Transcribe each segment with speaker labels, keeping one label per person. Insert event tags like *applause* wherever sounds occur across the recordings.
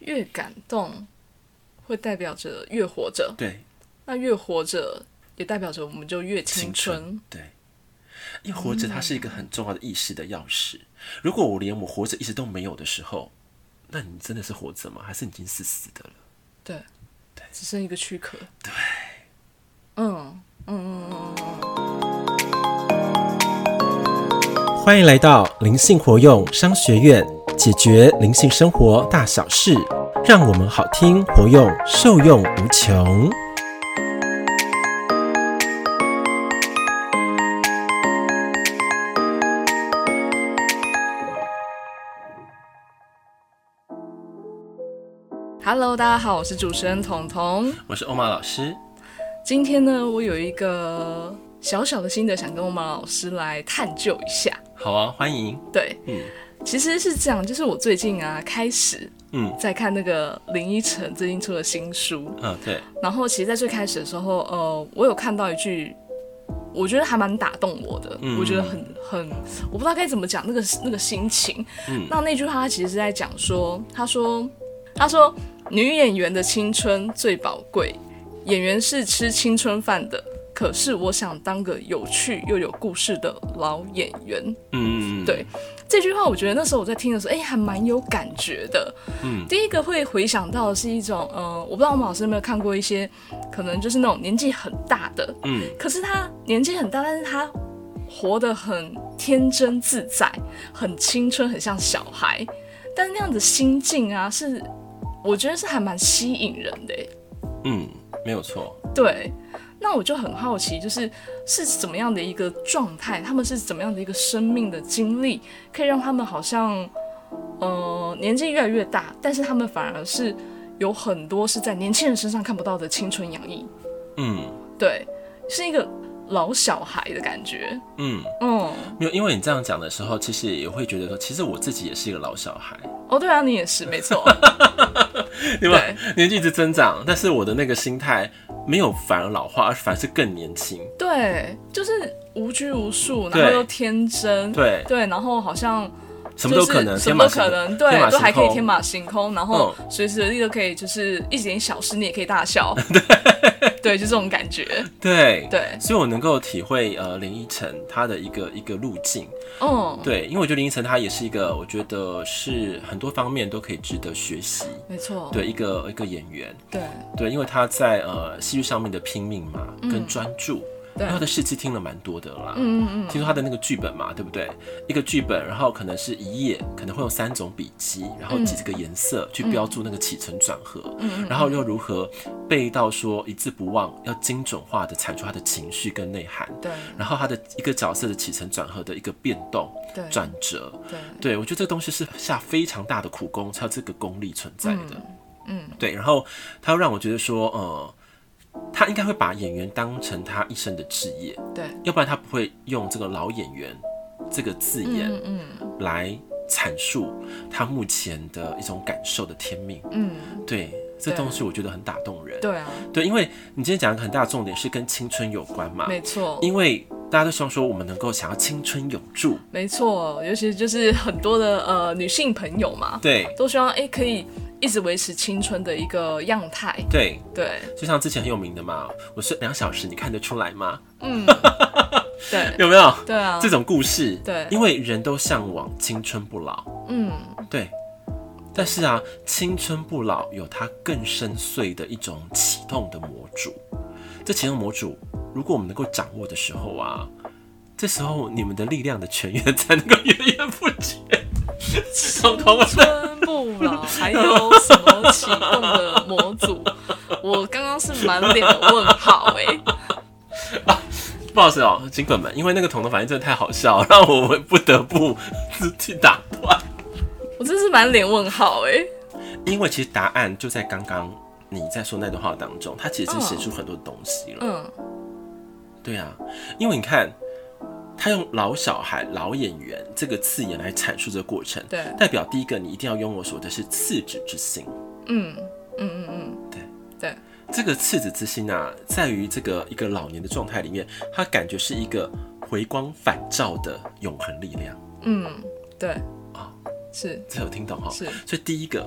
Speaker 1: 越感动，会代表着越活着。
Speaker 2: 对，
Speaker 1: 那越活着，也代表着我们就越
Speaker 2: 青
Speaker 1: 青
Speaker 2: 春，对，因为活着它是一个很重要的意识的钥匙。如果我连我活着意识都没有的时候，那你真的是活着吗？还是你已经是死的了？
Speaker 1: 对，只剩一个躯壳。对，嗯嗯嗯嗯嗯嗯。
Speaker 2: 欢迎来到灵性活用商学院，解决灵性生活大小事，让我们好听活用，受用无穷。
Speaker 1: Hello，大家好，我是主持人彤彤。
Speaker 2: 我是欧玛老师，
Speaker 1: 今天呢，我有一个小小的心得，想跟我们老师来探究一下。
Speaker 2: 好啊，欢迎。
Speaker 1: 对，
Speaker 2: 嗯
Speaker 1: 其实是这样，就是我最近啊开始
Speaker 2: 嗯
Speaker 1: 在看那个林依晨最近出的新书，
Speaker 2: 嗯，对，
Speaker 1: 然后其实，在最开始的时候，呃，我有看到一句，我觉得还蛮打动我的，
Speaker 2: 嗯
Speaker 1: 我觉得很很，我不知道该怎么讲那个那个心情。
Speaker 2: 嗯
Speaker 1: 那那句话他其实是在讲说，他说他说女演员的青春最宝贵，演员是吃青春饭的。可是我想当个有趣又有故事的老演员。
Speaker 2: 嗯嗯嗯，
Speaker 1: 对这句话，我觉得那时候我在听的时候，哎、还蛮有感觉的。
Speaker 2: 嗯
Speaker 1: 第一个会回想到的是一种，呃，我不知道我们老师有没有看过一些，可能就是那种年纪很大的，
Speaker 2: 嗯
Speaker 1: 可是他年纪很大，但是他活得很天真自在，很青春，很像小孩。但是那样的心境啊，是我觉得是还蛮吸引人的欸、
Speaker 2: 嗯，没有错。
Speaker 1: 对，那我就很好奇，就是是怎么样的一个状态，他们是怎么样的一个生命的经历，可以让他们好像，呃，年纪越来越大，但是他们反而是有很多是在年轻人身上看不到的青春洋溢，
Speaker 2: 嗯
Speaker 1: 对，是一个老小孩的感觉，
Speaker 2: 嗯，
Speaker 1: 嗯，
Speaker 2: 没有，因为你这样讲的时候，其实也会觉得说，其实我自己也是一个老小孩，
Speaker 1: 哦，对啊，你也是，没
Speaker 2: *laughs*
Speaker 1: 错，
Speaker 2: 对吧？
Speaker 1: 对
Speaker 2: 年纪一直增长，但是我的那个心态没有反而老化，而反而是更年轻。
Speaker 1: 对，就是无拘无束，然
Speaker 2: 对
Speaker 1: 后又天真，
Speaker 2: 对，
Speaker 1: 对，然后好像。
Speaker 2: 什么都可能，
Speaker 1: 就是、什
Speaker 2: 天
Speaker 1: 么都
Speaker 2: 马
Speaker 1: 可
Speaker 2: 行
Speaker 1: 能，
Speaker 2: 天
Speaker 1: 对，
Speaker 2: 马
Speaker 1: 都还可以
Speaker 2: 行
Speaker 1: 天
Speaker 2: 空嗯
Speaker 1: 马行空，然后随时随地都可以，就是一点小事你也可以大
Speaker 2: *laughs*
Speaker 1: 笑， *laughs* 对，就这种感觉，
Speaker 2: 对。
Speaker 1: 对，
Speaker 2: 所以，我能够体会呃林依晨她的一个一个路径，
Speaker 1: 嗯，
Speaker 2: 对，因为我觉得林依晨她也是一个，我觉得是很多方面都可以值得学习
Speaker 1: 没错，
Speaker 2: 对一个一个演员，
Speaker 1: 对
Speaker 2: 对，因为她在呃戏剧上面的拼命嘛，跟专注，
Speaker 1: 对
Speaker 2: 然后她的事迹听了蛮多的啦，
Speaker 1: 嗯嗯
Speaker 2: 听说他的那个剧本嘛，对不对？一个剧本，然后可能是一页，可能会有三种笔记，然后几个颜色
Speaker 1: 嗯
Speaker 2: 去标注那个起承转合，然后又如何背到说一字不忘，要精准化的产出他的情绪跟内涵，
Speaker 1: 嗯对
Speaker 2: 然后他的一个角色的起承转合的一个变动、
Speaker 1: 对
Speaker 2: 转折，
Speaker 1: 对
Speaker 2: 对，我觉得这个东西是下非常大的苦功，才有这个功力存在的。
Speaker 1: 嗯
Speaker 2: 对，然后他又让我觉得说，呃，他应该会把演员当成他一生的职业，
Speaker 1: 对，
Speaker 2: 要不然他不会用这个老演员这个字眼
Speaker 1: 嗯嗯
Speaker 2: 来阐述他目前的一种感受的天命。
Speaker 1: 嗯，
Speaker 2: 对，这
Speaker 1: 对
Speaker 2: 东西我觉得很打动人。
Speaker 1: 对啊，
Speaker 2: 对，因为你今天讲一个很大的重点是跟青春有关嘛，
Speaker 1: 没错，
Speaker 2: 因为大家都希望说我们能够想要青春永驻。
Speaker 1: 没错，尤其就是很多的呃女性朋友嘛，
Speaker 2: 对
Speaker 1: 都希望哎、可以一直维持青春的一个样态，
Speaker 2: 对，
Speaker 1: 对，
Speaker 2: 就像之前很有名的嘛，我睡两小时，你看得出来吗？
Speaker 1: 嗯，对
Speaker 2: 有没有？
Speaker 1: 对啊
Speaker 2: 这，种故事，
Speaker 1: 对
Speaker 2: 因为人都向往青春不老，
Speaker 1: 嗯。
Speaker 2: 对。但是啊，青春不老有它更深邃的一种启动的模组。这启动模组，如果我们能够掌握的时候啊，这时候你们的力量的泉源才能够源源不绝。 *laughs* 彤彤，
Speaker 1: 春不老，还有什么启动的模组？我刚刚是满脸的问号哎、
Speaker 2: 不好意思哦，尽管们，因为那个彤彤反应真的太好笑 *laughs* 了，让我不得不去打断。
Speaker 1: 我真是满脸问号哎、
Speaker 2: 因为其实答案就在刚刚你在说那段话当中，它其实已经写出很多东西了。
Speaker 1: 嗯，
Speaker 2: 对啊，因为你看，他用老小孩、老演员这个字眼来阐述这个过程，
Speaker 1: 对
Speaker 2: 代表第一个你一定要拥有所谓的是赤子之心。
Speaker 1: 嗯嗯嗯嗯，
Speaker 2: 对
Speaker 1: 对
Speaker 2: 这个赤子之心啊，在于这个一个老年的状态里面，它感觉是一个回光返照的永恒力量。
Speaker 1: 嗯对，是
Speaker 2: 这有听懂哈？
Speaker 1: 是，
Speaker 2: 所以第一个，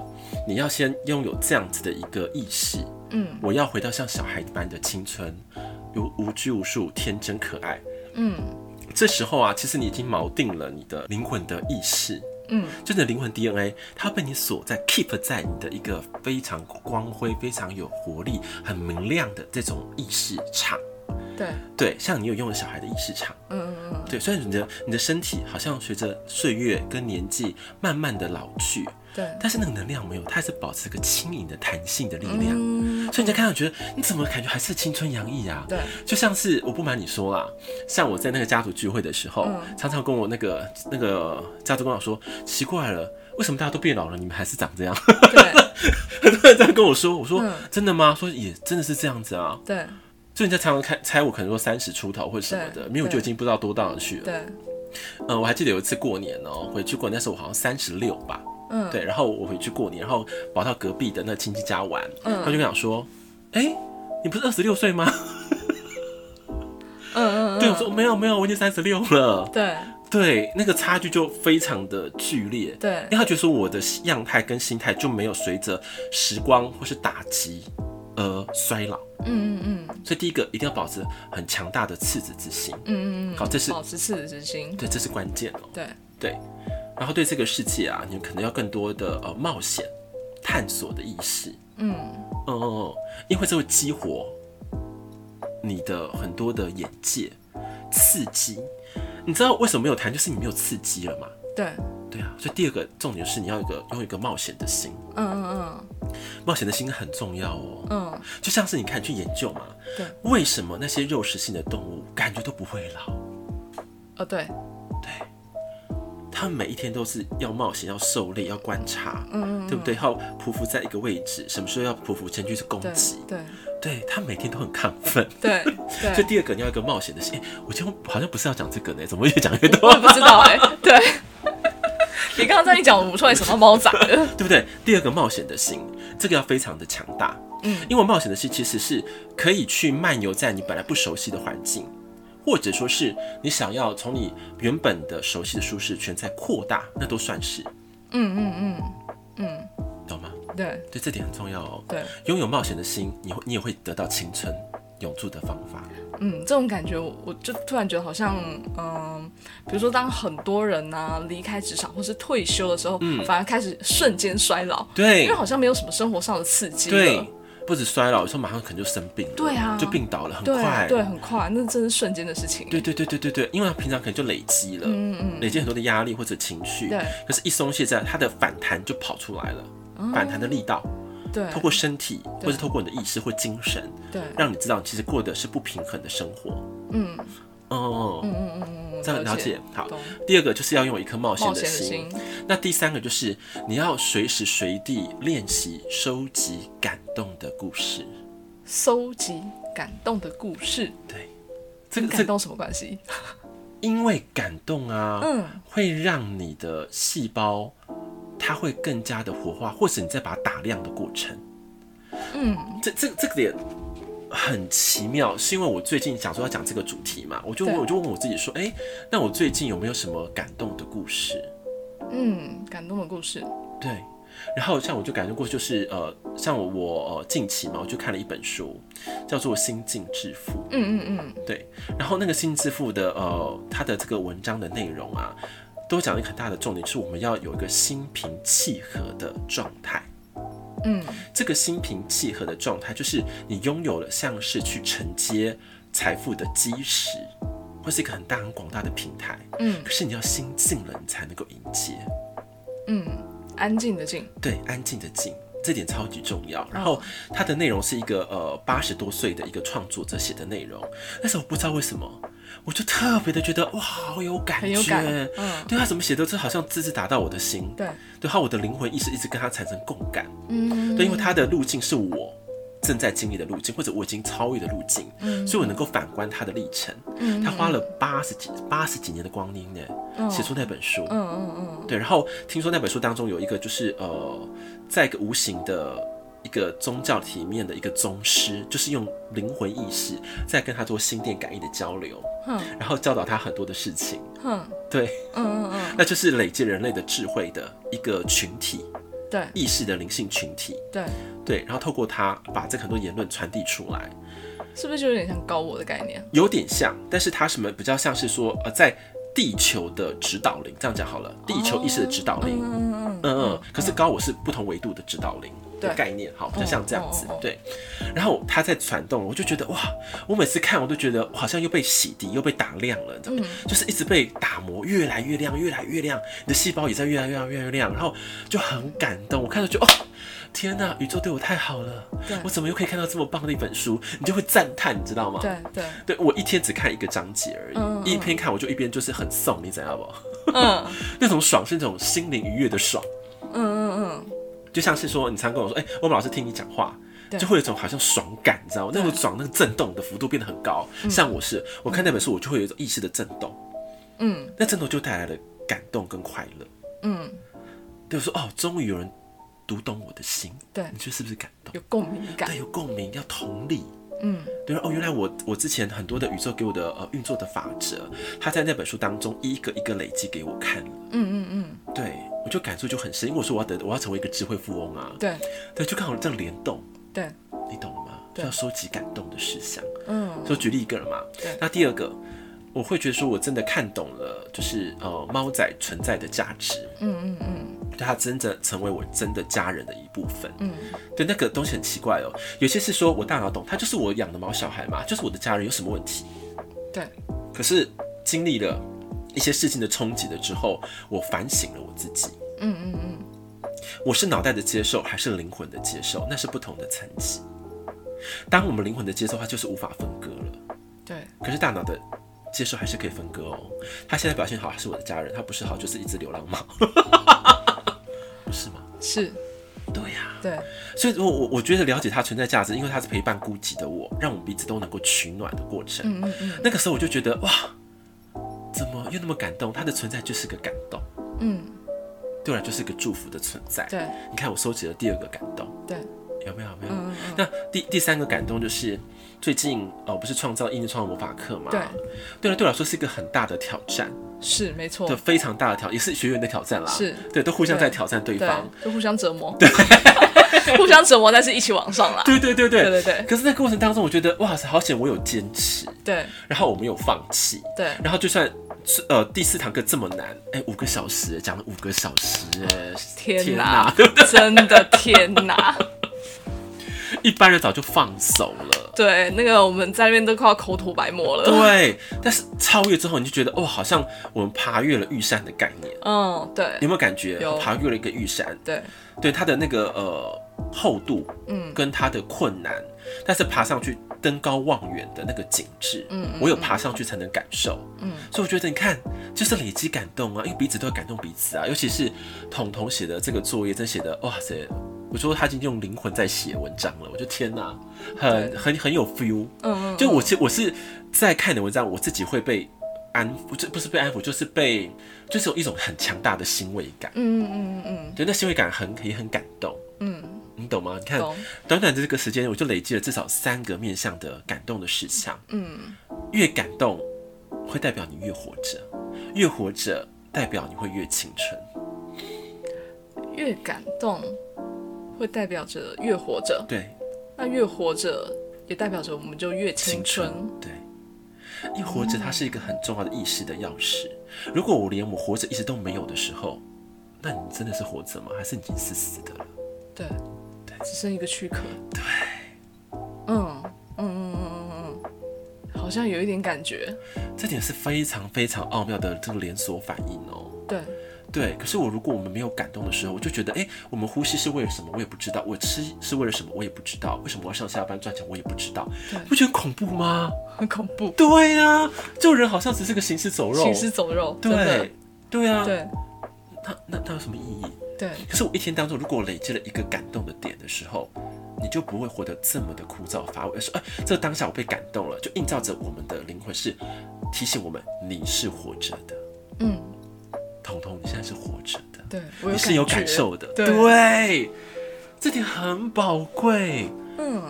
Speaker 2: 你要先拥有这样子的一个意识，
Speaker 1: 嗯
Speaker 2: 我要回到像小孩般的青春，无无拘无束、天真可爱。
Speaker 1: 嗯
Speaker 2: 这时候啊，其实你已经锚定了你的灵魂的意识，
Speaker 1: 嗯，
Speaker 2: 就你的灵魂 DNA，它被你锁在 keep 在你的一个非常光辉、非常有活力、很明亮的这种意识场。
Speaker 1: 对，
Speaker 2: 对，像你有用了小孩的意识场，
Speaker 1: 嗯嗯嗯，
Speaker 2: 对，虽然你的你的身体好像随着岁月跟年纪慢慢的老去，
Speaker 1: 对，
Speaker 2: 但是那个能量没有，它还是保持一个轻盈的弹性的力量。
Speaker 1: 嗯，
Speaker 2: 所以你在看到觉得你怎么感觉还是青春洋溢啊？
Speaker 1: 对，
Speaker 2: 就像是我不瞒你说啦，像我在那个家族聚会的时候，
Speaker 1: 嗯
Speaker 2: 常常跟我那个那个家族跟我说，奇怪了，为什么大家都变老了，你们还是长这样？ *laughs*
Speaker 1: 对
Speaker 2: 很多人这样跟我说，我说、
Speaker 1: 嗯
Speaker 2: 真的吗？说也真的是这样子啊。
Speaker 1: 对
Speaker 2: 所以人家常常看猜我可能说三十出头或者什么的，
Speaker 1: 对
Speaker 2: 没有就已
Speaker 1: 对
Speaker 2: 经不知道多到哪去了。
Speaker 1: 对，
Speaker 2: 嗯，我还记得有一次过年哦、回去过年那时候我好像三十六吧，
Speaker 1: 嗯
Speaker 2: 对，然后我回去过年，然后跑到隔壁的那亲戚家玩，
Speaker 1: 嗯
Speaker 2: 他就跟我讲说，哎、你不是二十六岁吗？
Speaker 1: 嗯嗯嗯，
Speaker 2: 对，我说没有没有，我已经三十六了。
Speaker 1: 对
Speaker 2: 对，那个差距就非常的剧烈。
Speaker 1: 对
Speaker 2: 因为他觉得说我的样态跟心态就没有随着时光或是打击而衰老，
Speaker 1: 嗯嗯嗯
Speaker 2: 所以第一个一定要保持很强大的赤子之心。
Speaker 1: 嗯嗯嗯，
Speaker 2: 好，这是
Speaker 1: 保持赤子之心，
Speaker 2: 对，这是关键哦、
Speaker 1: 对
Speaker 2: 对，然后对这个世界啊，你可能要更多的呃冒险、探索的意识。
Speaker 1: 嗯
Speaker 2: 嗯嗯嗯，因为这会激活你的很多的眼界，刺激。你知道为什么没有谈，就是你没有刺激了嘛？
Speaker 1: 对，
Speaker 2: 对啊，所以第二个重点是你要有一个拥有一个冒险的心，
Speaker 1: 嗯嗯
Speaker 2: 冒险的心很重要哦。
Speaker 1: 嗯嗯，
Speaker 2: 就像是你看去研究嘛，
Speaker 1: 对，
Speaker 2: 为什么那些肉食性的动物感觉都不会老？
Speaker 1: 哦对，
Speaker 2: 他们每一天都是要冒险、要狩猎、要观察，
Speaker 1: 嗯嗯
Speaker 2: 对不对？要匍匐在一个位置，什么时候要匍匐前去是攻
Speaker 1: 对
Speaker 2: 击？
Speaker 1: 对
Speaker 2: 对他每天都很亢奋。
Speaker 1: 对
Speaker 2: 所
Speaker 1: 对
Speaker 2: 以。第二个你要有一个冒险的心。诶哎我今天好像不是要讲这个呢，怎么越讲越多
Speaker 1: 我也，不知道哎、对。 *laughs* 你刚刚这样一讲，我不出来什么猫仔 *laughs* 了。
Speaker 2: 对不对？第二个冒险的心，这个要非常的强大。
Speaker 1: 嗯，
Speaker 2: 因为冒险的心其实是可以去漫游在你本来不熟悉的环境，或者说是你想要从你原本的熟悉的舒适圈再扩大，那都算是，
Speaker 1: 嗯嗯嗯
Speaker 2: 懂吗？
Speaker 1: 嗯，对
Speaker 2: 对，这点很重要哦。
Speaker 1: 对，
Speaker 2: 拥有冒险的心，你会你也会得到青春永驻的方法。
Speaker 1: 嗯，这种感觉我，我就突然觉得好像，嗯、比如说当很多人呢、离开职场或是退休的时候，反而开始瞬间衰老，因
Speaker 2: 嗯对
Speaker 1: 为好像没有什么生活上的刺激了
Speaker 2: 对，不止衰老，有时候马上可能就生病了，
Speaker 1: 对啊
Speaker 2: 就病倒了，很快。
Speaker 1: 对对，很快，那真是瞬间的事情。
Speaker 2: 对对对对对对因为他平常可能就累积了，累积很多的压力或者情绪
Speaker 1: 嗯对，
Speaker 2: 可是一松懈在，它的反弹就跑出来了，反弹的力道，
Speaker 1: 对
Speaker 2: 透过身体
Speaker 1: 哦对
Speaker 2: 或是透过你的意识或精神，
Speaker 1: 对，
Speaker 2: 让你知道你其实过的是不平衡的生活。
Speaker 1: 嗯
Speaker 2: 哦、
Speaker 1: 嗯嗯嗯嗯，
Speaker 2: 这样了
Speaker 1: 解
Speaker 2: 解。好
Speaker 1: 懂，
Speaker 2: 第二个就是要用一颗冒险
Speaker 1: 冒
Speaker 2: 的
Speaker 1: 险的
Speaker 2: 心。
Speaker 1: 心，
Speaker 2: 那第三个就是你要随时随地练习收集感动的故事。
Speaker 1: 搜集感动的故事，
Speaker 2: 对，这个
Speaker 1: 感
Speaker 2: 这个，
Speaker 1: 动什么关系？
Speaker 2: 因为感动啊，
Speaker 1: 嗯，
Speaker 2: 会让你的细胞它会更加的活化，或者你再把它打亮的过程。
Speaker 1: 嗯，
Speaker 2: 这这这个点很奇妙，是因为我最近想说要讲这个主题嘛，我就问
Speaker 1: 对
Speaker 2: 我就问我自己说，哎、那我最近有没有什么感动的故事？
Speaker 1: 嗯，感动的故事。
Speaker 2: 对，然后像我就感觉过，就是呃，像我我、呃、近期嘛，我就看了一本书，叫做《心境致富
Speaker 1: 嗯嗯》。
Speaker 2: 对，然后那个《心境致富》的呃，它的这个文章的内容啊，都讲了一个很大的重点，就是我们要有一个心平气和的状态。
Speaker 1: 嗯嗯，
Speaker 2: 这个心平气和的状态，就是你拥有了像是去承接财富的基石，或是一个很大很广大的平台。
Speaker 1: 嗯
Speaker 2: 可是你要心静了，你才能够迎接。
Speaker 1: 嗯，安静的静。
Speaker 2: 对，安静的静，这点超级重要。
Speaker 1: 嗯
Speaker 2: 然后它的内容是一个呃八十多岁的一个创作者写的内容，但是我不知道为什么，我就特别的觉得哇，好有感
Speaker 1: 很有
Speaker 2: 觉，
Speaker 1: 感嗯
Speaker 2: 对他怎么写的，这好像字字打到我的心，
Speaker 1: 对，
Speaker 2: 对，还有我的灵魂意识一直跟他产生共感，
Speaker 1: 嗯，
Speaker 2: 对，因为他的路径是我。正在经历的路径，或者我已经超越的路径，所以我能够反观他的历程。
Speaker 1: 嗯
Speaker 2: 他花了八十几八十几年的光阴呢，写出那本书。
Speaker 1: 嗯嗯嗯
Speaker 2: 对，然后听说那本书当中有一个就是呃，在一个无形的一个宗教体面的一个宗师，就是用灵魂意识在跟他做心电感应的交流，
Speaker 1: 哼
Speaker 2: 然后教导他很多的事情。
Speaker 1: 哼，
Speaker 2: 对，
Speaker 1: 嗯嗯嗯，
Speaker 2: 那就是累积人类的智慧的一个群体，
Speaker 1: 对
Speaker 2: 意识的灵性群体。
Speaker 1: 对，
Speaker 2: 对，然后透过他把这个很多言论传递出来，
Speaker 1: 是不是就有点像高我的概念？
Speaker 2: 有点像，但是它什么比较像是说呃，在地球的指导灵，这样讲好了，地球意识的指导灵。
Speaker 1: 嗯嗯嗯，
Speaker 2: 嗯嗯，可是高我是不同维度的指导灵的
Speaker 1: 对
Speaker 2: 概念，好，比较像这样子
Speaker 1: 哦哦哦，
Speaker 2: 对。然后他在传动，我就觉得哇，我每次看我都觉得好像又被洗涤，又被打亮了，你知道吗？
Speaker 1: 嗯
Speaker 2: 就是一直被打磨，越来越亮，越来越亮，你的细胞也在越来越亮，越来越亮，然后就很感动。我看到就哦，天呐，宇宙对我太好了
Speaker 1: 对，
Speaker 2: 我怎么又可以看到这么棒的一本书？你就会赞叹，你知道吗？
Speaker 1: 对对，
Speaker 2: 对我一天只看一个章节而已，
Speaker 1: 嗯嗯
Speaker 2: 一边看我就一边就是很送，你知道不？
Speaker 1: 嗯
Speaker 2: 那种爽是那种心灵愉悦的爽。
Speaker 1: 嗯嗯嗯，
Speaker 2: 就像是说，你常跟我说，哎、我们老师听你讲话，
Speaker 1: 对
Speaker 2: 就会有一种好像爽感，你知道吗？那
Speaker 1: 对
Speaker 2: 种爽，那个震动的幅度变得很高。像我是，我看那本书，我就会有一种意识的震动，
Speaker 1: 嗯
Speaker 2: 那震动就带来了感动跟快乐。
Speaker 1: 嗯，
Speaker 2: 对我说，哦，终于有人读懂我的心，
Speaker 1: 对
Speaker 2: 你，说是不是感动？
Speaker 1: 有共鸣感
Speaker 2: 对，，有共鸣，要同理。
Speaker 1: 嗯
Speaker 2: 对哦，原来我我之前很多的宇宙给我的呃运作的法则，它在那本书当中一个一个累积给我看了，
Speaker 1: 嗯嗯嗯，
Speaker 2: 对我就感触就很深，因为我说我要得我要成为一个智慧富翁啊，
Speaker 1: 对
Speaker 2: 对，就刚好这样联动，
Speaker 1: 对，
Speaker 2: 你懂了吗？就
Speaker 1: 对
Speaker 2: 要收集感动的事项。
Speaker 1: 嗯
Speaker 2: 就举例一个了嘛
Speaker 1: 对。
Speaker 2: 那第二个，我会觉得说我真的看懂了，就是呃猫仔存在的价值，
Speaker 1: 嗯嗯嗯
Speaker 2: 对它真的成为我真的家人的一部分。
Speaker 1: 嗯，
Speaker 2: 对，那个东西很奇怪哦，有些是说我大脑懂，它就是我养的毛小孩嘛，就是我的家人，有什么问题？
Speaker 1: 对，
Speaker 2: 可是经历了一些事情的冲击了之后，我反省了我自己。
Speaker 1: 嗯嗯嗯，
Speaker 2: 我是脑袋的接受还是灵魂的接受，那是不同的层级。当我们灵魂的接受，它就是无法分割了。
Speaker 1: 对
Speaker 2: 可是大脑的接受还是可以分割哦。他现在表现好，他是我的家人；他不是好，就是一只流浪猫， *laughs* 不是吗？
Speaker 1: 是，
Speaker 2: 对呀、
Speaker 1: 对
Speaker 2: 所以我我我觉得了解它存在价值，因为它是陪伴孤寂的我，让我们彼此都能够取暖的过程。
Speaker 1: 嗯嗯嗯
Speaker 2: 那个时候我就觉得哇，怎么又那么感动？它的存在就是个感动，
Speaker 1: 嗯，
Speaker 2: 对我来就是个祝福的存在。
Speaker 1: 对
Speaker 2: 你看，我收集了第二个感动。
Speaker 1: 对，
Speaker 2: 有没有？有没
Speaker 1: 嗯
Speaker 2: 有。
Speaker 1: 嗯嗯，
Speaker 2: 那第第三个感动就是最近哦，不是创造意念创造魔法课嘛？
Speaker 1: 对，
Speaker 2: 对了，对我来说是一个很大的挑战，
Speaker 1: 是没错
Speaker 2: 对，，非常大的挑，也是学员的挑战啦。
Speaker 1: 是，
Speaker 2: 对，都互相在挑战对
Speaker 1: 对
Speaker 2: 方。，
Speaker 1: 就互相折磨，互相折磨，但是一起往上啦，
Speaker 2: 对对对对
Speaker 1: 对对对
Speaker 2: 可是，在过程当中，我觉得哇塞，好险我有坚持，
Speaker 1: 对
Speaker 2: 然后我没有放弃，
Speaker 1: 对
Speaker 2: 然后就算。呃，第四堂课这么难，哎、五个小时讲了五个小时，哎，
Speaker 1: 天
Speaker 2: 哪
Speaker 1: 哪，真的天哪！ *laughs*
Speaker 2: 一般人早就放手了。
Speaker 1: 对，那个我们在那边都快要口吐白沫了。
Speaker 2: 对，但是超越之后，你就觉得哦，好像我们爬越了玉山的概念，
Speaker 1: 嗯，对
Speaker 2: 有没有感觉？
Speaker 1: 有
Speaker 2: 爬越了一个玉山，
Speaker 1: 对
Speaker 2: 对它的那个呃厚度，嗯，跟它的困难，但是爬上去登高望远的那个景致，嗯，我有爬上去才能感受，嗯，所以我觉得你看，就是累积感动啊，因为彼此都要感动彼此啊，尤其是彤彤写的这个作业，真写的哇塞，我说他已经用灵魂在写文章了，我就天哪、很
Speaker 1: 对
Speaker 2: 很很有 feel，
Speaker 1: 嗯
Speaker 2: 就我其实我是在看你的文章，我自己会被。安抚，这不是被安抚，就是被，就是有一种很强大的欣慰感。
Speaker 1: 嗯嗯嗯
Speaker 2: 对，那欣慰感很也很感动，
Speaker 1: 嗯
Speaker 2: 你懂吗？你看
Speaker 1: 嗯，，懂，
Speaker 2: 短短的这个时间，我就累积了至少三个面向的感动的事项。
Speaker 1: 嗯
Speaker 2: 越感动，会代表你越活着；越活着，代表你会越青春。
Speaker 1: 越感动会代表着越活着，
Speaker 2: 对，
Speaker 1: 那越活着也代表着我们就越青
Speaker 2: 青
Speaker 1: 春
Speaker 2: 春。，对。一活着，它是一个很重要的意识的钥匙。如果我连我活着意识都没有的时候，那你真的是活着吗？还是你已经死死的了？
Speaker 1: 对，只剩一个躯壳。对，嗯嗯嗯嗯嗯嗯嗯，好像有一点感觉。
Speaker 2: 这点是非常非常奥妙的这个连锁反应哦。
Speaker 1: 对
Speaker 2: 对，可是我如果我们没有感动的时候，我就觉得，哎、我们呼吸是为了什么？我也不知道。我吃是为了什么？我也不知道。为什么我要上下班赚钱？我也不知道
Speaker 1: 对。
Speaker 2: 不觉得恐怖吗？
Speaker 1: 很恐怖，
Speaker 2: 对呀、啊，就人好像只是个行尸走肉。
Speaker 1: 行尸走肉，真的
Speaker 2: 对，，对啊，
Speaker 1: 对
Speaker 2: 那那那有什么意义？
Speaker 1: 对
Speaker 2: 可是我一天当中，如果累积了一个感动的点的时候，你就不会活得这么的枯燥乏味，而是，哎、这个当下我被感动了，就映照着我们的灵魂是提醒我们，你是活着的，
Speaker 1: 嗯，
Speaker 2: 彤彤，你现在是活着的。
Speaker 1: 对，我
Speaker 2: 你是有
Speaker 1: 觉
Speaker 2: 感受的，
Speaker 1: 对
Speaker 2: 对，这点很宝贵。
Speaker 1: 嗯，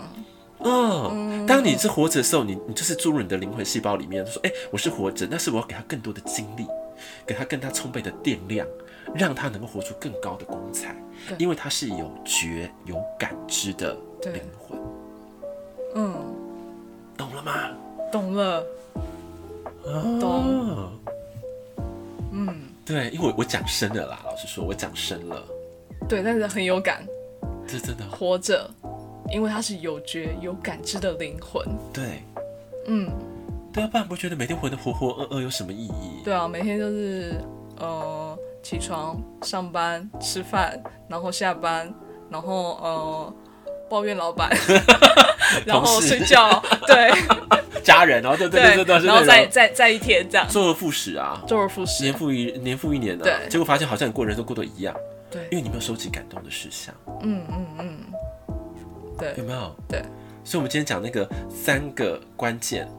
Speaker 2: 嗯，当你是活着的时候，你你就是注入你的灵魂细胞里面，说，哎、我是活着，但是我要给他更多的精力，给他更加充沛的电量，让他能够活出更高的光彩，
Speaker 1: 对
Speaker 2: 因为他是有觉有感知的灵魂，
Speaker 1: 嗯，
Speaker 2: 懂了吗？
Speaker 1: 懂了，
Speaker 2: 啊
Speaker 1: 懂
Speaker 2: 哦，嗯，对，因为我我讲深了啦，老实说，我讲深了，
Speaker 1: 对，但是很有感，
Speaker 2: 这真的
Speaker 1: 活着，因为它是有觉有感知的灵魂。
Speaker 2: 对
Speaker 1: 嗯，
Speaker 2: 对啊，不然不觉得每天活得浑浑噩噩有什么意义？
Speaker 1: 对啊，每天就是呃起床、上班、吃饭，然后下班，然后呃抱怨老
Speaker 2: *laughs*
Speaker 1: 板，然后睡觉，对
Speaker 2: 家人哦，对对对对对，
Speaker 1: 然后
Speaker 2: 对
Speaker 1: 再再再一天这样，
Speaker 2: 周而复始啊，
Speaker 1: 周而复始
Speaker 2: 年。复一年复一年的、
Speaker 1: 对
Speaker 2: 结果发现好像你过人生过得一样，
Speaker 1: 对
Speaker 2: 因，为你没有收集感动的事项，
Speaker 1: 嗯嗯嗯，
Speaker 2: 有
Speaker 1: 对
Speaker 2: 没有？
Speaker 1: 对，
Speaker 2: 所以我们今天讲那个三个关键，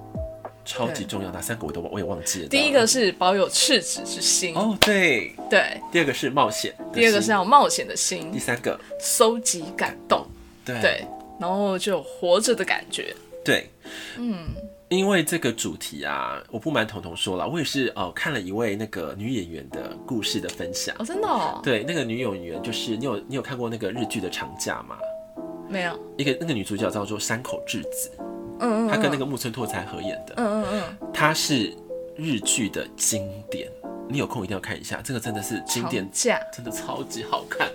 Speaker 2: 超级
Speaker 1: 对
Speaker 2: 重要，哪三个我都忘我也忘记了。
Speaker 1: 第一个是保有赤子之心，
Speaker 2: 哦，对，
Speaker 1: 对，
Speaker 2: 第二个是冒险，
Speaker 1: 第二个是
Speaker 2: 心
Speaker 1: 要有冒险的心
Speaker 2: 第，三个，
Speaker 1: 搜集感动，
Speaker 2: 对
Speaker 1: 对，然后就有活着的感觉，
Speaker 2: 对
Speaker 1: 嗯，
Speaker 2: 因为这个主题啊，我不瞒彤彤说了，我也是哦、呃看了一位那个女演员的故事的分享。
Speaker 1: 哦，真的哦，
Speaker 2: 对，那个女演员就是你有你有看过那个日剧的长假吗？
Speaker 1: 没有，
Speaker 2: 一个那个女主角叫做山口智子，
Speaker 1: 嗯嗯，
Speaker 2: 她跟那
Speaker 1: 个，
Speaker 2: 个木村拓哉合演的，
Speaker 1: 嗯嗯嗯，
Speaker 2: 它是日剧的经典，你有空一定要看一下，这个真的是经典
Speaker 1: 长，假，
Speaker 2: 真的超级好看。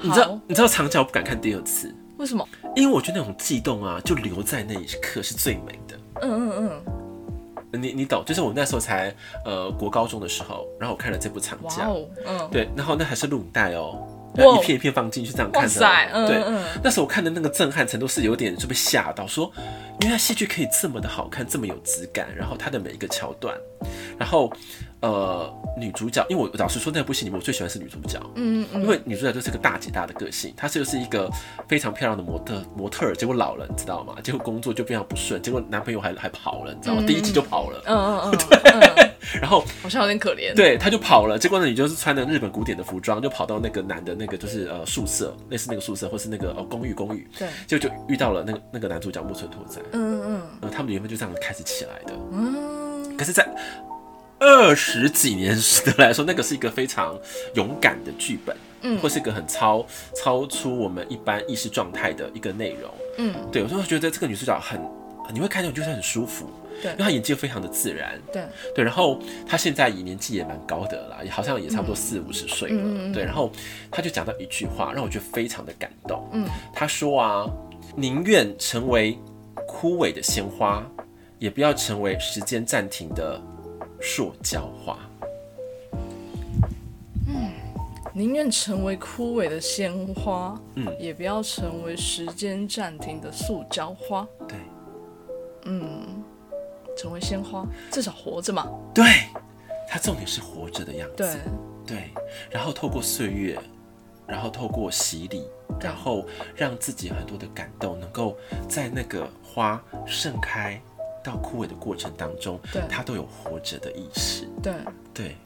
Speaker 2: 你知道，你知道长角我不敢看第二次，
Speaker 1: 为什么？
Speaker 2: 因为我觉得那种悸动啊，就留在那一刻是最美的。
Speaker 1: 嗯嗯嗯，
Speaker 2: 你你懂，就是我那时候才呃国高中的时候，然后我看了这部长
Speaker 1: 哇
Speaker 2: 假，
Speaker 1: 哦，嗯，
Speaker 2: 对，然后那还是录影带哦，
Speaker 1: 哇
Speaker 2: 一片一片放进去这样看
Speaker 1: 哇
Speaker 2: 的
Speaker 1: 塞，
Speaker 2: 哦，
Speaker 1: 嗯
Speaker 2: 对。
Speaker 1: 嗯嗯，
Speaker 2: 那时候我看的那个震撼程度是有点就被吓到，说原来戏剧可以这么的好看，这么有质感，然后它的每一个桥段，然后呃女主角，因为我老实说那部戏里面我最喜欢是女主角，
Speaker 1: 嗯嗯
Speaker 2: 因为女主角就是个大姐大的个性，她就是一个非常漂亮的模特模特儿，结果老了你知道吗？结果工作就非常不顺，结果男朋友还还跑了，你知道吗？第一季就跑了，
Speaker 1: 嗯嗯
Speaker 2: *laughs*
Speaker 1: 嗯，
Speaker 2: 然后
Speaker 1: 好像有点可怜，
Speaker 2: 对，他就跑了。结果呢，你就是穿的日本古典的服装，就跑到那个男的那个就是呃宿舍，类似那个宿舍，或是那个呃公寓公寓。
Speaker 1: 对
Speaker 2: 就就遇到了那个那个男主角木村拓哉，
Speaker 1: 嗯嗯
Speaker 2: 然后他们原本就这样开始起来的。
Speaker 1: 嗯，
Speaker 2: 可是，在二十几年的来说，那个是一个非常勇敢的剧本，
Speaker 1: 嗯
Speaker 2: 或是一个很超超出我们一般意识状态的一个内容。
Speaker 1: 嗯，
Speaker 2: 对，我就会觉得这个女主角很，你会看到你就是很舒服，
Speaker 1: 对
Speaker 2: 因为她演技非常的自然，
Speaker 1: 对，
Speaker 2: 对，然后他现在也年纪也蛮高的啦，也好像也差不多四五十岁
Speaker 1: 嗯
Speaker 2: 了。对，然后他就讲到一句话，让我觉得非常的感动。
Speaker 1: 嗯，
Speaker 2: 他说啊，宁愿成为枯萎的鲜花，也不要成为时间暂停的塑胶花。
Speaker 1: 宁愿成为枯萎的鲜花，
Speaker 2: 嗯
Speaker 1: 也不要成为时间暂停的塑胶花。
Speaker 2: 对，
Speaker 1: 成为鲜花，至少活着嘛。
Speaker 2: 对，他重点是活着的样子。
Speaker 1: 对，
Speaker 2: 对，然后透过岁月，然后透过洗礼，然后让自己很多的感动能够在那个花盛开到枯萎的过程当中
Speaker 1: 对，
Speaker 2: 它都有活着的意识。
Speaker 1: 对，
Speaker 2: 对，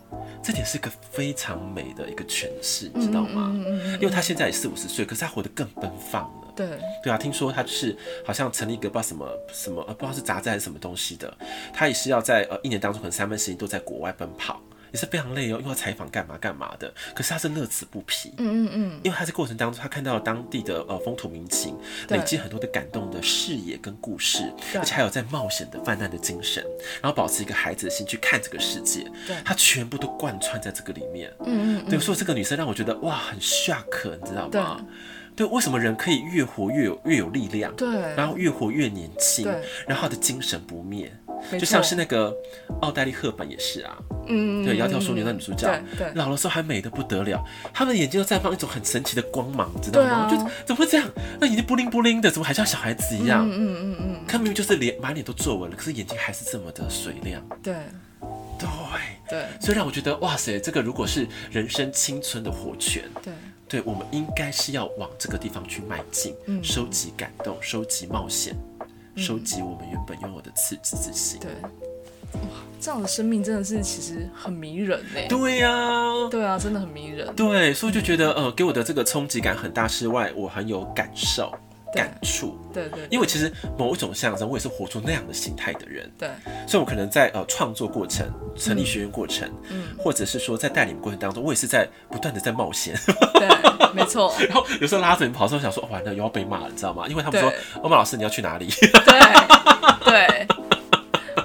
Speaker 2: 这点是个非常美的一个诠释，你知道吗？
Speaker 1: 嗯嗯嗯，
Speaker 2: 因为他现在也四五十岁，可是他活得更奔放了。
Speaker 1: 对，
Speaker 2: 对啊，听说他就是好像成立一个不知道什么什么呃，不知道是杂志还是什么东西的，他也是要在呃一年当中可能三分时间都在国外奔跑，也是非常累哦，又要采访干嘛干嘛的，可是他是乐此不疲。
Speaker 1: 嗯嗯嗯，
Speaker 2: 因为他在过程当中，他看到了当地的呃风土民情，
Speaker 1: 对
Speaker 2: 累积很多的感动的视野跟故事，
Speaker 1: 对
Speaker 2: 而且还有在冒险的泛滥的精神，然后保持一个孩子的心去看这个世界
Speaker 1: 对，
Speaker 2: 他全部都贯穿在这个里面。
Speaker 1: 嗯嗯
Speaker 2: 对，所以这个女生让我觉得哇，很 shock，你知道
Speaker 1: 对
Speaker 2: 吗？对，为什么人可以越活越有越有力量？
Speaker 1: 对
Speaker 2: 然后越活越年轻
Speaker 1: 对，
Speaker 2: 然后他的精神不灭，
Speaker 1: 嗯没
Speaker 2: 就像
Speaker 1: 错
Speaker 2: 是那个奥黛丽·赫本也是啊，
Speaker 1: 嗯，
Speaker 2: 对，《窈窕淑女》那女主角，
Speaker 1: 对对
Speaker 2: 老的时候还美得不得了，她们的眼睛都绽放一种很神奇的光芒，你知道吗？
Speaker 1: 对
Speaker 2: 就
Speaker 1: 啊
Speaker 2: 怎么会这样？那眼睛布灵布灵的，怎么还像小孩子一样？
Speaker 1: 嗯嗯嗯
Speaker 2: 她明明就是脸满脸都皱纹了，可是眼睛还是这么的水亮。
Speaker 1: 嗯，对
Speaker 2: 对，
Speaker 1: 对
Speaker 2: 所以让我觉得哇塞，这个如果是人生青春的活泉，
Speaker 1: 对
Speaker 2: 对我们应该是要往这个地方去迈进，
Speaker 1: 嗯
Speaker 2: 收集感动，收集冒险，收集我们原本拥有的赤子之心。
Speaker 1: 对，哇，这样的生命真的是其实很迷人呢、
Speaker 2: 对呀、
Speaker 1: 对啊，真的很迷人。
Speaker 2: 对，所以就觉得呃，给我的这个冲击感很大之外，我很有感受、
Speaker 1: 对
Speaker 2: 感触。
Speaker 1: 对对
Speaker 2: 因为其实某一种象征，我也是活出那样的心态的人，
Speaker 1: 对，
Speaker 2: 所以我可能在呃创作过程、成立学院过程，
Speaker 1: 嗯，
Speaker 2: 或者是说在带领过程当中，我也是在不断的在冒险。
Speaker 1: 对，没错，
Speaker 2: 然后有时候拉着你跑的时候，想说、哦、完了又要被骂了，你知道吗？因为他们说
Speaker 1: 对
Speaker 2: 欧曼老师你要去哪里，
Speaker 1: 对
Speaker 2: *laughs*
Speaker 1: 对，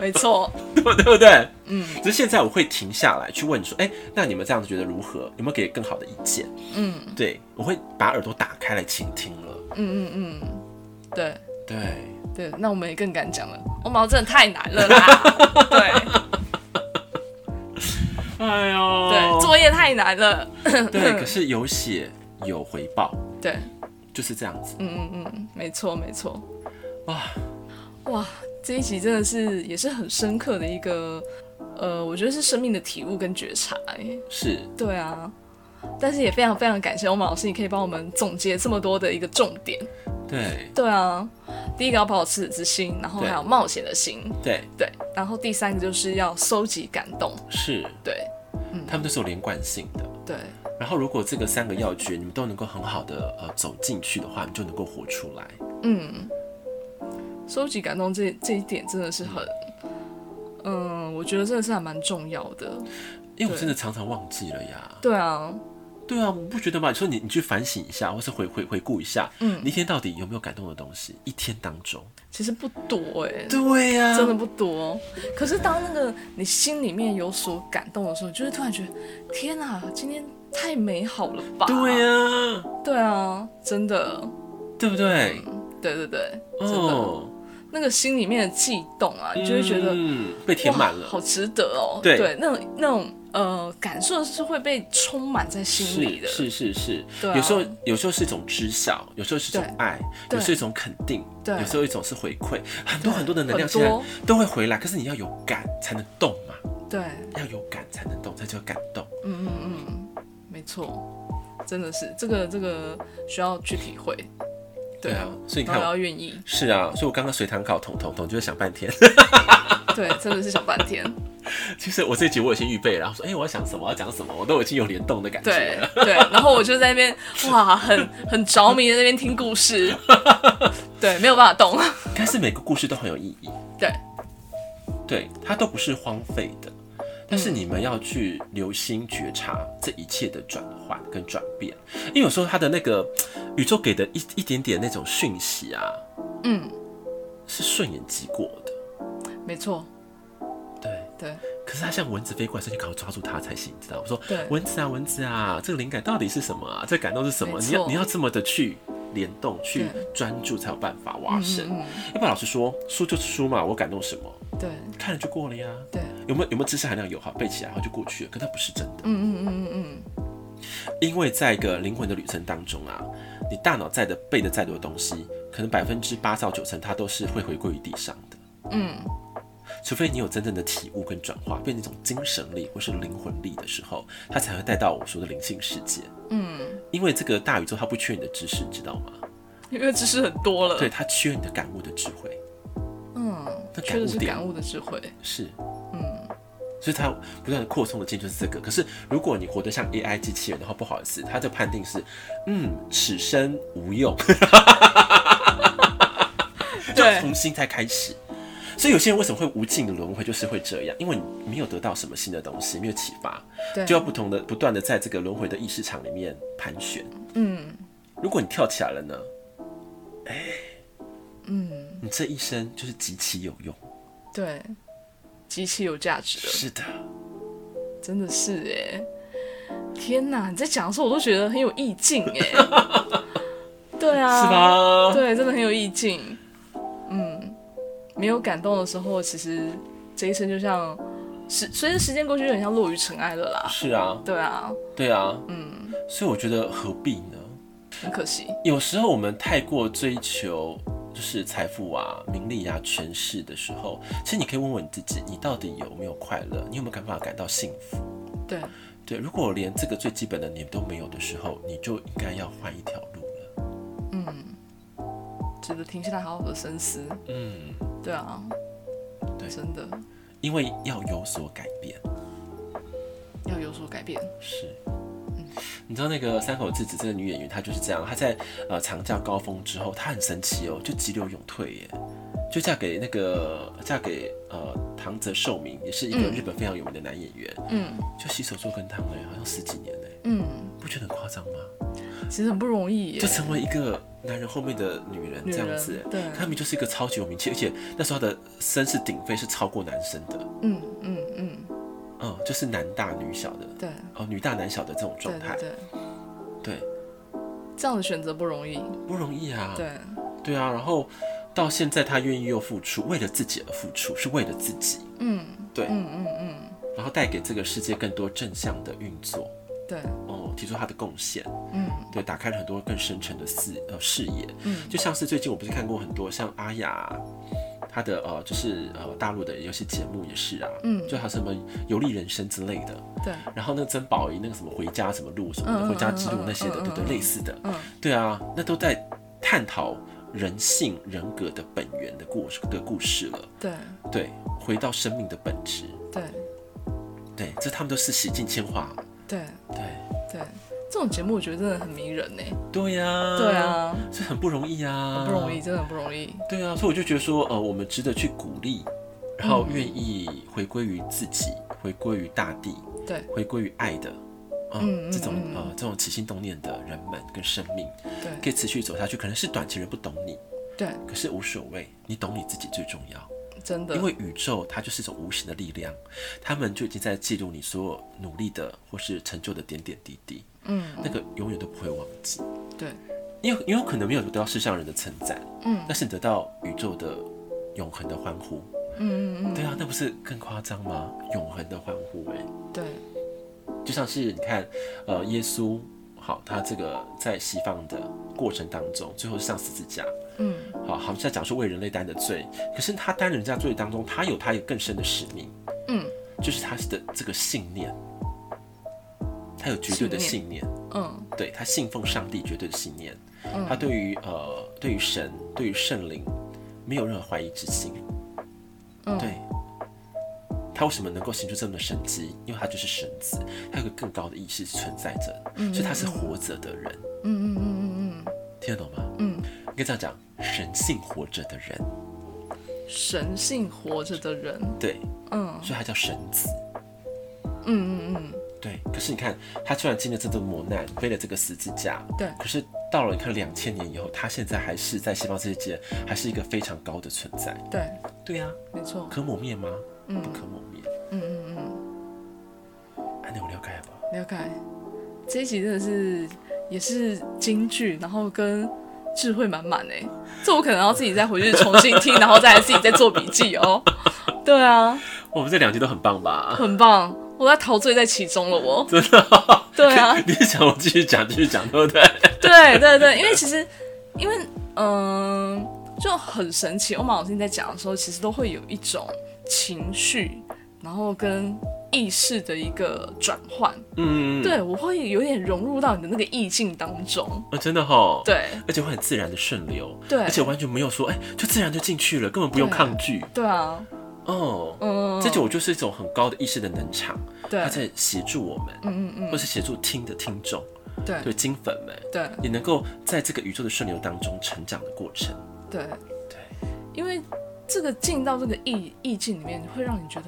Speaker 1: 没错，
Speaker 2: 对不对对不对？
Speaker 1: 嗯
Speaker 2: 只是现在我会停下来去问说，哎、那你们这样子觉得如何？有没有给更好的意见？
Speaker 1: 嗯
Speaker 2: 对我会把耳朵打开来倾听了。
Speaker 1: 嗯嗯嗯，对
Speaker 2: 对，
Speaker 1: 对，那我们也更敢讲了，我毛真的太难了
Speaker 2: *laughs*
Speaker 1: 啦，对
Speaker 2: 哎呦，
Speaker 1: 对，嗯作业太难了，
Speaker 2: 对，可是有血有回报，
Speaker 1: 对，
Speaker 2: 就是这样子。
Speaker 1: 嗯嗯嗯，没错没错，
Speaker 2: 哇
Speaker 1: 哇，这一集真的是也是很深刻的一个，呃，我觉得是生命的体悟跟觉察、欸，
Speaker 2: 是，
Speaker 1: 对啊。但是也非常非常感谢欧马老师，你可以帮我们总结这么多的一个重点。
Speaker 2: 对
Speaker 1: 对啊，第一个要保持之心，然后还有冒险的心，
Speaker 2: 对
Speaker 1: 对，然后第三个就是要收集感动，
Speaker 2: 是，
Speaker 1: 对嗯
Speaker 2: 他们都是有连贯性的。
Speaker 1: 对
Speaker 2: 然后，如果这个三个要诀你们都能够很好的呃走进去的话，你就能够活出来。
Speaker 1: 收嗯集感动这这一点真的是很，嗯，我觉得真的是还蛮重要的。
Speaker 2: 因为我
Speaker 1: 对
Speaker 2: 真的常常忘记了呀。
Speaker 1: 对啊，
Speaker 2: 对啊，我不觉得吗？你说你你去反省一下，或是回回回顾一下，
Speaker 1: 嗯
Speaker 2: 你一天到底有没有感动的东西？一天当中，
Speaker 1: 其实不多哎、
Speaker 2: 对啊呀、
Speaker 1: 真的不多。可是当那个你心里面有所感动的时候，你就会突然觉得，天啊，今天太美好了吧？
Speaker 2: 对
Speaker 1: 啊，
Speaker 2: 呀、
Speaker 1: 对啊，真的，
Speaker 2: 对不对？
Speaker 1: 对对对，嗯真的，
Speaker 2: 哦，
Speaker 1: 那个心里面的悸动啊，你就会觉得、
Speaker 2: 嗯、被填满
Speaker 1: 哇
Speaker 2: 了，
Speaker 1: 好值得哦。
Speaker 2: 对
Speaker 1: 那种那种呃感受是会被充满在心里的。
Speaker 2: 是是是是，
Speaker 1: 对啊
Speaker 2: 有时候有时候是一种知晓，有时候是一
Speaker 1: 对
Speaker 2: 种爱，
Speaker 1: 对
Speaker 2: 有时候一种肯定，
Speaker 1: 对
Speaker 2: 有时候一种是回馈，很多很多的能量
Speaker 1: 很
Speaker 2: 现在
Speaker 1: 多
Speaker 2: 都会回来，可是你要有感才能动嘛，
Speaker 1: 对，
Speaker 2: 要有感才能动，才叫感动。
Speaker 1: 嗯嗯嗯，没错，真的是这个这个需要去体会。对
Speaker 2: 对啊，所以你
Speaker 1: 然
Speaker 2: 看
Speaker 1: 后要
Speaker 2: 我。
Speaker 1: 愿意，
Speaker 2: 是啊，所以我刚刚随堂考统统统就是想半天。
Speaker 1: 对，真的是想半天。
Speaker 2: 其实我这集我已经预备了，我说哎、我要想什么，我要讲什么，我都已经有联动的感觉
Speaker 1: 对
Speaker 2: 了。
Speaker 1: 对，然后我就在那
Speaker 2: *laughs*
Speaker 1: 边哇，很很着迷的那边听故事，对，没有办法动，
Speaker 2: 但是每个故事都很有意义，
Speaker 1: 对
Speaker 2: 对，它都不是荒废的。但是你们要去留心觉察这一切的转换跟转变，因为有时候它的那个嘖宇宙给的一一点点那种讯息啊，
Speaker 1: 嗯，
Speaker 2: 是顺眼即过的，
Speaker 1: 没错，
Speaker 2: 对。
Speaker 1: 对
Speaker 2: 可是它像蚊子飞过来的时候，你赶快抓住它才行，你知道吗？我说
Speaker 1: 对
Speaker 2: 蚊子啊，蚊子啊，这个灵感到底是什么啊？这个感动是什么？
Speaker 1: 没
Speaker 2: 你要
Speaker 1: 错
Speaker 2: 你要这么的去联动、去
Speaker 1: 对
Speaker 2: 专注，才有办法挖深。
Speaker 1: 嗯
Speaker 2: 要不然老实说，书就是书嘛，我感动什么，
Speaker 1: 对
Speaker 2: 看了就过了呀。
Speaker 1: 对，
Speaker 2: 有没有有没有知识含量有好背起来，然后就过去了，可它不是真的，
Speaker 1: 嗯嗯嗯嗯
Speaker 2: 因为在一个灵魂的旅程当中啊，你大脑在的背的再多的东西，可能百分之八到九成它都是会回归于地上的，
Speaker 1: 嗯
Speaker 2: 除非你有真正的体悟跟转化，变成一种精神力或是灵魂力的时候，它才会带到我说的灵性世界。
Speaker 1: 嗯嗯，
Speaker 2: 因为这个大宇宙它不缺你的知识，你知道吗？
Speaker 1: 因为知识很多了，
Speaker 2: 对，，它缺你的感悟的智慧，
Speaker 1: 嗯，
Speaker 2: 那
Speaker 1: 缺
Speaker 2: 感
Speaker 1: 的
Speaker 2: 悟
Speaker 1: 是
Speaker 2: 点
Speaker 1: 感悟的智慧，
Speaker 2: 是
Speaker 1: 嗯，
Speaker 2: 所以它不断的扩充的进就是这个。可是如果你活得像 AI 机器人，然后不好意思，它的判定是，嗯，此生
Speaker 1: *laughs*
Speaker 2: 无用，就
Speaker 1: 对
Speaker 2: 重新再开始。所以有些人为什么会无尽的轮回，就是会这样，因为你没有得到什么新的东西，没有启发，
Speaker 1: 对，
Speaker 2: 就要不同的不断的在这个轮回的意识场里面盘旋。
Speaker 1: 嗯
Speaker 2: 如果你跳起来了呢，哎
Speaker 1: 嗯
Speaker 2: 你这一生就是极其有用。
Speaker 1: 对，极其有价值的，
Speaker 2: 是的，
Speaker 1: 真的是哎，天哪，你在讲的时候我都觉得很有意境
Speaker 2: *laughs*
Speaker 1: 哎，对啊，
Speaker 2: 是？ *laughs* 吧？
Speaker 1: 对，真的很有意境。嗯，没有感动的时候，其实这一生就像时随着时间过去，就很像落于尘埃了啦。
Speaker 2: 是啊，
Speaker 1: 对啊，
Speaker 2: 对啊，
Speaker 1: 嗯，
Speaker 2: 所以我觉得何必呢？
Speaker 1: 很可惜。
Speaker 2: 有时候我们太过追求就是财富啊、名利啊、权势的时候，其实你可以问问你自己，你到底有没有快乐？你有没有办法感到幸福？
Speaker 1: 对
Speaker 2: 对，如果连这个最基本的你都没有的时候，你就应该要换一条路了。
Speaker 1: 值得停下来好好的深思。
Speaker 2: 嗯，
Speaker 1: 对啊，
Speaker 2: 对
Speaker 1: 真的，
Speaker 2: 因为要有所改变。
Speaker 1: 要有所改变。
Speaker 2: 是，你知道那个三口智子这个女演员，她就是这样，她在呃长假高峰之后，她很神奇哦，就急流勇退耶，就嫁给那个嫁给呃唐泽寿明，也是一个
Speaker 1: 嗯
Speaker 2: 日本非常有名的男演员，
Speaker 1: 嗯
Speaker 2: 就洗手做羹汤哎，好像十几年哎，
Speaker 1: 嗯，
Speaker 2: 不觉得很夸张吗？
Speaker 1: 其实很不容易耶
Speaker 2: 就。成为一个男人后面的女人
Speaker 1: 女
Speaker 2: 这样
Speaker 1: 人
Speaker 2: 子耶，
Speaker 1: 对
Speaker 2: 他们就是一个超级有名气，而且那时候她的身世鼎沸是超过男生的，
Speaker 1: 嗯嗯嗯，
Speaker 2: 嗯，就是男大女小的，
Speaker 1: 对
Speaker 2: 哦女大男小的这种状
Speaker 1: 对
Speaker 2: 态
Speaker 1: 对，对，
Speaker 2: 对，
Speaker 1: 这样的选择不容易。
Speaker 2: 不容易啊，
Speaker 1: 对，
Speaker 2: 对啊，然后到现在他愿意又付出，为了自己而付出，是为了自己，
Speaker 1: 嗯，
Speaker 2: 对
Speaker 1: 嗯嗯嗯，
Speaker 2: 然后带给这个世界更多正向的运作，
Speaker 1: 对，
Speaker 2: 哦，提出他的贡献，
Speaker 1: 嗯
Speaker 2: 对，打开了很多更深沉的视呃视野，
Speaker 1: 嗯
Speaker 2: 就像是最近我不是看过很多像阿雅。啊他的呃，就是呃，大陆的有些节目也是啊，
Speaker 1: 嗯
Speaker 2: 就还有什么游历人生之类的，
Speaker 1: 对，
Speaker 2: 然后那个曾宝仪那个什么回家什么路什么的，
Speaker 1: 嗯嗯
Speaker 2: 回家之路那些的，
Speaker 1: 嗯嗯
Speaker 2: 对对，
Speaker 1: 嗯
Speaker 2: 类似的，
Speaker 1: 嗯
Speaker 2: 对啊，那都在探讨人性人格的本源的故事的故事了，
Speaker 1: 对
Speaker 2: 对，回到生命的本质，
Speaker 1: 对
Speaker 2: 对，这他们都是洗尽铅华，
Speaker 1: 对
Speaker 2: 对，
Speaker 1: 对，这种节目我觉得真的很迷人呢。
Speaker 2: 对呀、
Speaker 1: 对，啊，
Speaker 2: 这很不容易啊，
Speaker 1: 不容易，，真的很不容易。
Speaker 2: 对啊，所以我就觉得说，呃，我们值得去鼓励，然后愿意回归于自己，回归于大地，
Speaker 1: 对
Speaker 2: 回归于爱的，啊、
Speaker 1: 嗯嗯
Speaker 2: 这种
Speaker 1: 嗯
Speaker 2: 呃这种起心动念的人们跟生命，可
Speaker 1: 对
Speaker 2: 以持续走下去。可能是短期人不懂你，
Speaker 1: 对，
Speaker 2: 可是无所谓，你懂你自己最重要。
Speaker 1: 真的
Speaker 2: 因。为宇宙它就是一种无形的力量，他们就已经在记录你所有努力的或是成就的点点滴滴，
Speaker 1: 嗯，
Speaker 2: 那个永远都不会忘记。
Speaker 1: 对，
Speaker 2: 因为因为可能没有得到世上人的称赞，
Speaker 1: 嗯
Speaker 2: 但是你得到宇宙的永恒的欢呼，
Speaker 1: 嗯嗯
Speaker 2: 对啊，那不是更夸张吗？永恒的欢呼、欸，
Speaker 1: 嗯，对
Speaker 2: 就像是你看，呃，耶稣，好，他这个在西方的过程当中，最后上十字架，
Speaker 1: 嗯
Speaker 2: 好，好像在讲说为人类担的罪，可是他担人家罪当中，他有他有更深的使命，
Speaker 1: 嗯
Speaker 2: 就是他的这个信念，他有绝对的信
Speaker 1: 信
Speaker 2: 念，
Speaker 1: 嗯
Speaker 2: 对他信奉上帝绝对的信念，他对于呃对于神对于圣灵没有任何怀疑之心，
Speaker 1: 嗯
Speaker 2: 对。他为什么能够行出这么的神迹？因为他就是神子，他有个更高的意识存在着，所以他是活着的人，
Speaker 1: 嗯嗯嗯嗯
Speaker 2: 听得懂吗？
Speaker 1: 嗯
Speaker 2: 应该这样讲，神性活着的人，
Speaker 1: 嗯，神性活着的人，
Speaker 2: 对，
Speaker 1: 嗯
Speaker 2: 所以他叫神子。
Speaker 1: 嗯嗯嗯，
Speaker 2: 对，可是你看，他虽然经历这段磨难，背了这个十字架，
Speaker 1: 对
Speaker 2: 可是到了你看两千年以后，他现在还是在西方世界，还是一个非常高的存在。
Speaker 1: 对，
Speaker 2: 对呀、
Speaker 1: 没错，
Speaker 2: 可抹灭吗？
Speaker 1: 嗯
Speaker 2: 不可抹灭。
Speaker 1: 嗯嗯嗯，
Speaker 2: 哎，你有了解吧？
Speaker 1: 了解。这一集真的是也是京剧，然后跟智慧满满哎，这我可能要自己再回去重新听，然后再来自己再做笔记哦。 *laughs* 对啊，
Speaker 2: 我们这两集都很棒吧？
Speaker 1: 很棒，我在陶醉在其中了我，真的、 *laughs* 对啊，
Speaker 2: 你是想我继续讲，继续讲，对不对？
Speaker 1: 对对对，因为其实因为嗯、就很神奇。欧玛老师你在讲的时候，其实都会有一种情绪，然后跟意识的一个转换。
Speaker 2: 嗯，
Speaker 1: 对我会有点融入到你的那个意境当中。
Speaker 2: 啊，真的哈。。
Speaker 1: 对
Speaker 2: 而且会很自然的顺流，
Speaker 1: 对
Speaker 2: 而且完全没有说，哎、就自然就进去了，根本不用
Speaker 1: 对
Speaker 2: 抗拒，
Speaker 1: 对啊，
Speaker 2: 哦，
Speaker 1: 嗯，
Speaker 2: 这就我就是一种很高的意识的能场，
Speaker 1: 对
Speaker 2: 他在协助我们，
Speaker 1: 嗯嗯
Speaker 2: 或是协助听的听众，
Speaker 1: 嗯，对
Speaker 2: 对金粉们，
Speaker 1: 对
Speaker 2: 也能够在这个宇宙的顺流当中成长的过程。
Speaker 1: 对，
Speaker 2: 对，
Speaker 1: 因为这个进到这个意意境里面，会让你觉得